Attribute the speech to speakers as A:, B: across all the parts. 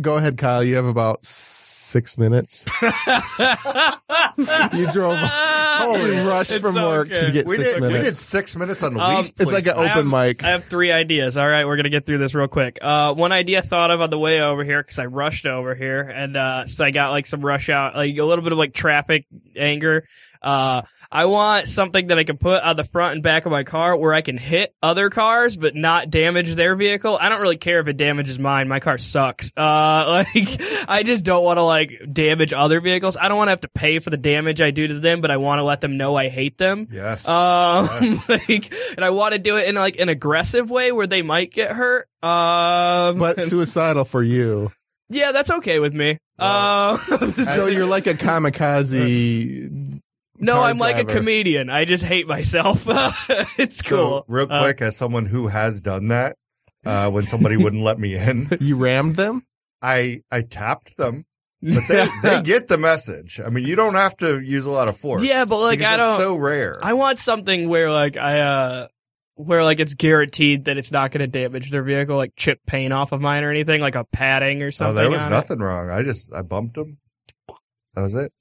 A: go ahead, Kyle. You have about six minutes. you drove. Holy rushed
B: It's
A: from work
B: okay.
A: to get
C: We
A: six
C: did,
A: minutes.
C: we did six minutes on the
B: Um,
C: leaf.
A: it's like an
C: placement.
A: open
B: I have,
A: mic.
B: I have three ideas. All right, we're gonna get through this real quick. Uh, one idea I thought of on the way over here because I rushed over here, and uh, so I got like some rush out, like a little bit of like traffic anger. Uh, I want something that I can put on the front and back of my car where I can hit other cars but not damage their vehicle. I don't really care if it damages mine. My car sucks. Uh, like I just don't want to like damage other vehicles. I don't want to have to pay for the damage I do to them, but I want to let them know I hate them.
C: Yes.
B: Um, like, and I want to do it in like an aggressive way where they might get hurt. Um,
A: but suicidal for you.
B: yeah, that's okay with me. um,
A: So you're like a kamikaze.
B: no,
A: car
B: I'm like a
A: driver.
B: comedian. I just hate myself. it's
C: So,
B: cool.
C: real
B: Uh,
C: quick, as someone who has done that, uh, when somebody wouldn't let me in,
A: You rammed them.
C: I I tapped them. But they, they get the message. I mean, you don't have to use a lot of force.
B: Yeah, but, like,
C: because
B: I don't-
C: it's So rare.
B: I want something where like I uh where like it's guaranteed that it's not going to damage their vehicle, like chip paint off of mine or anything, like a padding or
C: oh,
B: something.
C: there was
B: on it.
C: nothing wrong. I just I bumped him. That was it.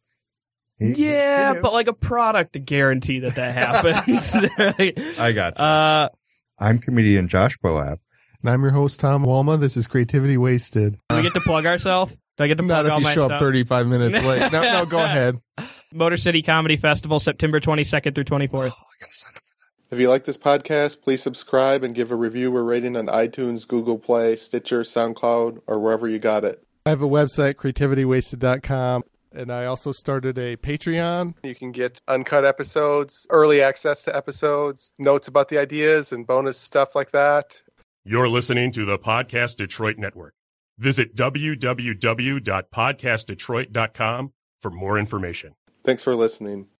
C: He- he
B: Yeah,
C: knew.
B: but like a product to guarantee that that happens.
C: I got. You.
B: uh,
C: I'm comedian Josh Boab.
A: And I'm your host, Tom Walma. This is Creativity Wasted.
B: do we get to plug ourselves? Do I get to
A: Not
B: plug
A: if
B: all
A: you
B: my
A: show
B: stuff?
A: up 35 minutes late. No, no, go ahead.
B: Motor City Comedy Festival, September 22nd through 24th.
C: I gotta sign up.
D: If you like this podcast, please subscribe and give a review or rating on iTunes, Google Play, Stitcher, SoundCloud, or wherever you got it.
A: I have a website, creativitywasted.com, and I also started a Patreon.
D: You can get uncut episodes, early access to episodes, notes about the ideas, and bonus stuff like that.
E: You're listening to the Podcast Detroit Network. Visit www.podcastdetroit.com for more information.
D: Thanks for listening.